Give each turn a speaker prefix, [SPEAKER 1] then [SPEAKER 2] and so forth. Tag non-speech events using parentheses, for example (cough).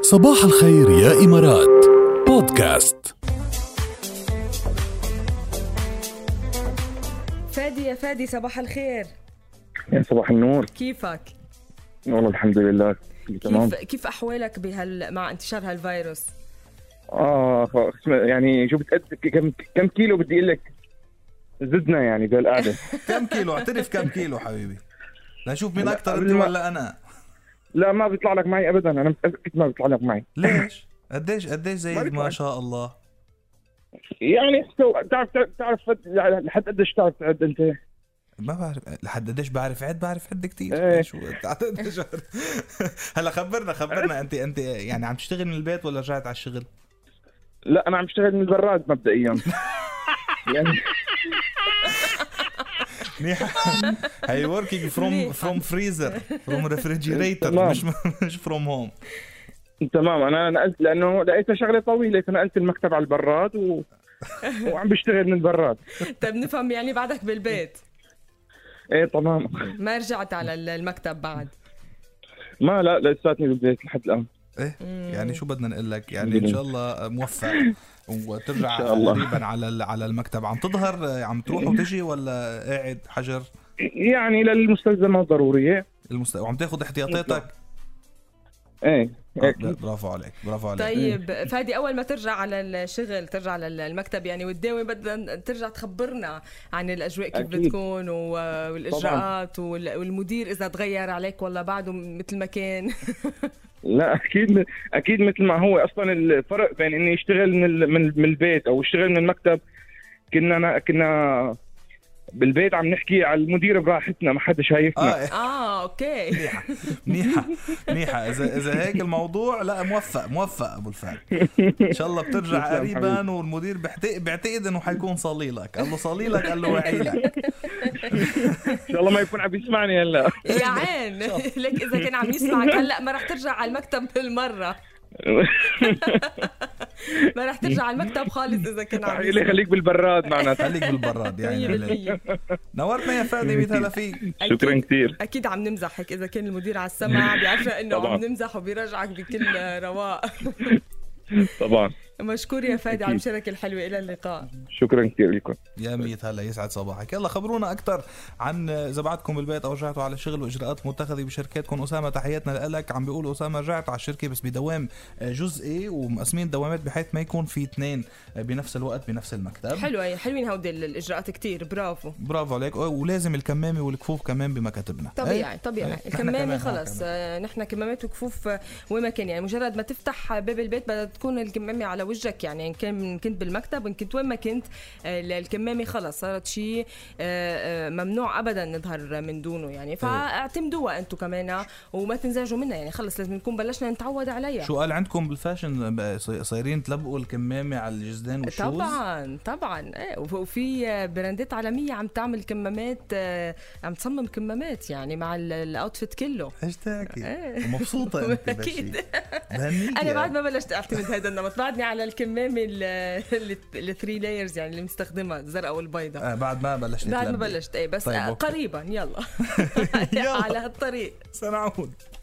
[SPEAKER 1] صباح الخير يا إمارات بودكاست
[SPEAKER 2] فادي يا فادي صباح الخير
[SPEAKER 3] يا يعني صباح النور
[SPEAKER 2] كيفك؟
[SPEAKER 3] والله الحمد لله كله تمام
[SPEAKER 2] كيف كيف احوالك بهال مع انتشار هالفيروس؟
[SPEAKER 3] اه خ- اسمع، يعني شو بتقد كم كم كيلو بدي اقول لك زدنا يعني بهالقعده
[SPEAKER 4] كم كيلو اعترف كم كيلو حبيبي لنشوف مين
[SPEAKER 3] لا،
[SPEAKER 4] اكثر
[SPEAKER 3] قبل
[SPEAKER 4] انت
[SPEAKER 3] ما-
[SPEAKER 4] ولا انا
[SPEAKER 3] لا ما بيطلع لك معي ابدا انا متاكد ما بيطلع لك معي
[SPEAKER 4] ليش قديش قديش
[SPEAKER 3] ما
[SPEAKER 4] زايد
[SPEAKER 3] بيطلع.
[SPEAKER 4] ما شاء الله
[SPEAKER 3] يعني حتى تعرف تعرف- تعرف يعني لحد قديش تعرف تعد انت
[SPEAKER 4] ما بعرف لحد قديش بعرف عد بعرف عد
[SPEAKER 3] إيه.
[SPEAKER 4] كثير شو لحد قديش بعرف؟ هلا خبرنا خبرنا انت انت يعني عم تشتغل من البيت ولا رجعت على الشغل؟
[SPEAKER 3] لا انا عم اشتغل من البراد مبدئيا يعني
[SPEAKER 4] منيح
[SPEAKER 3] (laughs)
[SPEAKER 4] هي وركينج فروم
[SPEAKER 2] منيح.
[SPEAKER 4] فروم فريزر فروم ريفريجريتر
[SPEAKER 3] تمام.
[SPEAKER 4] مش مش فروم هوم
[SPEAKER 3] تمام انا نقلت لانه لقيتها شغله طويله فنقلت المكتب على البراد و... وعم بشتغل من البراد
[SPEAKER 2] طيب نفهم يعني بعدك بالبيت
[SPEAKER 3] ايه تمام
[SPEAKER 2] ما رجعت على ال- المكتب بعد
[SPEAKER 3] ما لا لساتني بالبيت لحد الان
[SPEAKER 4] ايه يعني شو بدنا نقول لك يعني ان شاء الله موفق
[SPEAKER 3] (laughs)
[SPEAKER 4] وترجع
[SPEAKER 3] شاء الله.
[SPEAKER 4] قريبا على ال- على المكتب عم تظهر عم تروح وتجي ولا قاعد حجر
[SPEAKER 3] يعني للمستلزمات ضروريه
[SPEAKER 4] المست... وعم تاخذ احتياطاتك
[SPEAKER 3] ايه
[SPEAKER 4] آه،
[SPEAKER 3] هيك.
[SPEAKER 4] لا، برافو عليك برافو عليك
[SPEAKER 3] إيه؟
[SPEAKER 2] طيب فادي اول ما ترجع على الشغل ترجع على ال- المكتب يعني وتداوم بدنا ترجع تخبرنا عن الاجواء كيف
[SPEAKER 3] أكيد.
[SPEAKER 2] بتكون و- والاجراءات وال- والمدير اذا تغير عليك ولا بعده مثل ما كان (laughs)
[SPEAKER 3] لا اكيد اكيد مثل ما هو اصلا الفرق بين اني اشتغل من ال- من من البيت او اشتغل من المكتب كنا أنا كنا بالبيت عم نحكي على المدير براحتنا ما حدا شايفنا
[SPEAKER 4] اه
[SPEAKER 2] اه اوكي
[SPEAKER 4] منيحة منيحة منيحة إذا إذا هيك الموضوع لا موفق موفق أبو الفهد إن شاء الله بترجع
[SPEAKER 3] تسلم
[SPEAKER 4] قريبا
[SPEAKER 3] حبيبي.
[SPEAKER 4] والمدير بيعتق- بيعتقد إنه حيكون صليلك قال له صليلك قال له وعيلك
[SPEAKER 3] ان شاء الله ما يكون عم يسمعني هلا
[SPEAKER 2] يا عين (laughs) لك اذا كان عم يسمعك هلا ما رح ترجع على المكتب بالمره ما رح ترجع على المكتب خالص اذا كان
[SPEAKER 3] (laughs)
[SPEAKER 2] عم
[SPEAKER 3] اللي خليك بالبراد معناتها
[SPEAKER 4] (laughs) خليك بالبراد يعني
[SPEAKER 2] طيب.
[SPEAKER 4] عليك
[SPEAKER 2] 100%
[SPEAKER 4] نورتنا يا
[SPEAKER 3] إيه.
[SPEAKER 4] فادي ميت هلا فيك
[SPEAKER 3] شكرا كثير
[SPEAKER 2] اكيد عم نمزح هيك اذا كان المدير على
[SPEAKER 3] (laughs)
[SPEAKER 2] السمع بيعرفنا انه
[SPEAKER 3] طبعاً.
[SPEAKER 2] عم نمزح وبيرجعك بكل رواق
[SPEAKER 3] طبعا
[SPEAKER 2] مشكور يا فادي على
[SPEAKER 3] أكيد.
[SPEAKER 2] المشاركه الحلوه الى اللقاء
[SPEAKER 3] شكرا كثير لكم
[SPEAKER 4] يا
[SPEAKER 2] طيب.
[SPEAKER 4] ميت هلا يسعد صباحك يلا خبرونا أكثر عن إذا بعدكم بالبيت أو رجعتوا على الشغل وإجراءات متخذة بشركاتكم أسامة تحياتنا لك عم بيقول أسامة رجعت على الشركة بس بدوام آه، جزئي ومقسمين الدوامات بحيث ما يكون في اثنين آه، بنفس الوقت بنفس المكتب
[SPEAKER 2] حلوه حلوين هودي الاجراءات كتير برافو
[SPEAKER 4] برافو عليك أوه، ولازم الكمامه والكفوف كمان بمكاتبنا
[SPEAKER 2] طبيعي طبيعي
[SPEAKER 4] إيه.
[SPEAKER 2] الكمامه
[SPEAKER 4] كمان
[SPEAKER 2] خلص
[SPEAKER 4] كمان.
[SPEAKER 2] آه، نحن كمامات وكفوف آه، وما كان يعني مجرد ما تفتح باب البيت بدها تكون الكمامه على وجهك يعني ان كان إن كنت بالمكتب ان كنت وين ما كنت آه، الكمامه خلص صارت شيء آه، آه، ممنوع ابدا نظهر من دونه
[SPEAKER 4] إيه.
[SPEAKER 2] يعني فاعتمدوها انتم كمان آه، وما تنزعجوا منها يعني خلص لازم نكون بلشنا نتعود عليها
[SPEAKER 4] إيه؟ شو قال عندكم بالفاشن بقى صي- صايرين تلبقوا الكمامه على الجزدان والشوز
[SPEAKER 2] طبعا طبعا إيه، وف- وفي براندات عالميه عم تعمل كمامات آه، عم تصمم كمامات يعني مع ال- الاوتفيت كله
[SPEAKER 4] ايش تحكي
[SPEAKER 2] إيه.
[SPEAKER 4] مبسوطه
[SPEAKER 2] (laughs)
[SPEAKER 4] انت
[SPEAKER 2] أكيد.
[SPEAKER 4] بشي بهنيك
[SPEAKER 2] انا بعد ما بلشت اعتمد هذا النمط بعدني على الكمامه الثري لايرز يعني اللي مستخدمها الزرقاء والبيضاء
[SPEAKER 4] آه بعد ما بلشت
[SPEAKER 2] بعد ما
[SPEAKER 4] تلبق.
[SPEAKER 2] بلشت اي بس
[SPEAKER 4] طيب،
[SPEAKER 2] (laughs)
[SPEAKER 4] (laughs)
[SPEAKER 2] آه،
[SPEAKER 4] أوكي.
[SPEAKER 2] قريبا يلا
[SPEAKER 4] يلا.
[SPEAKER 2] على هالطريق
[SPEAKER 4] سنعود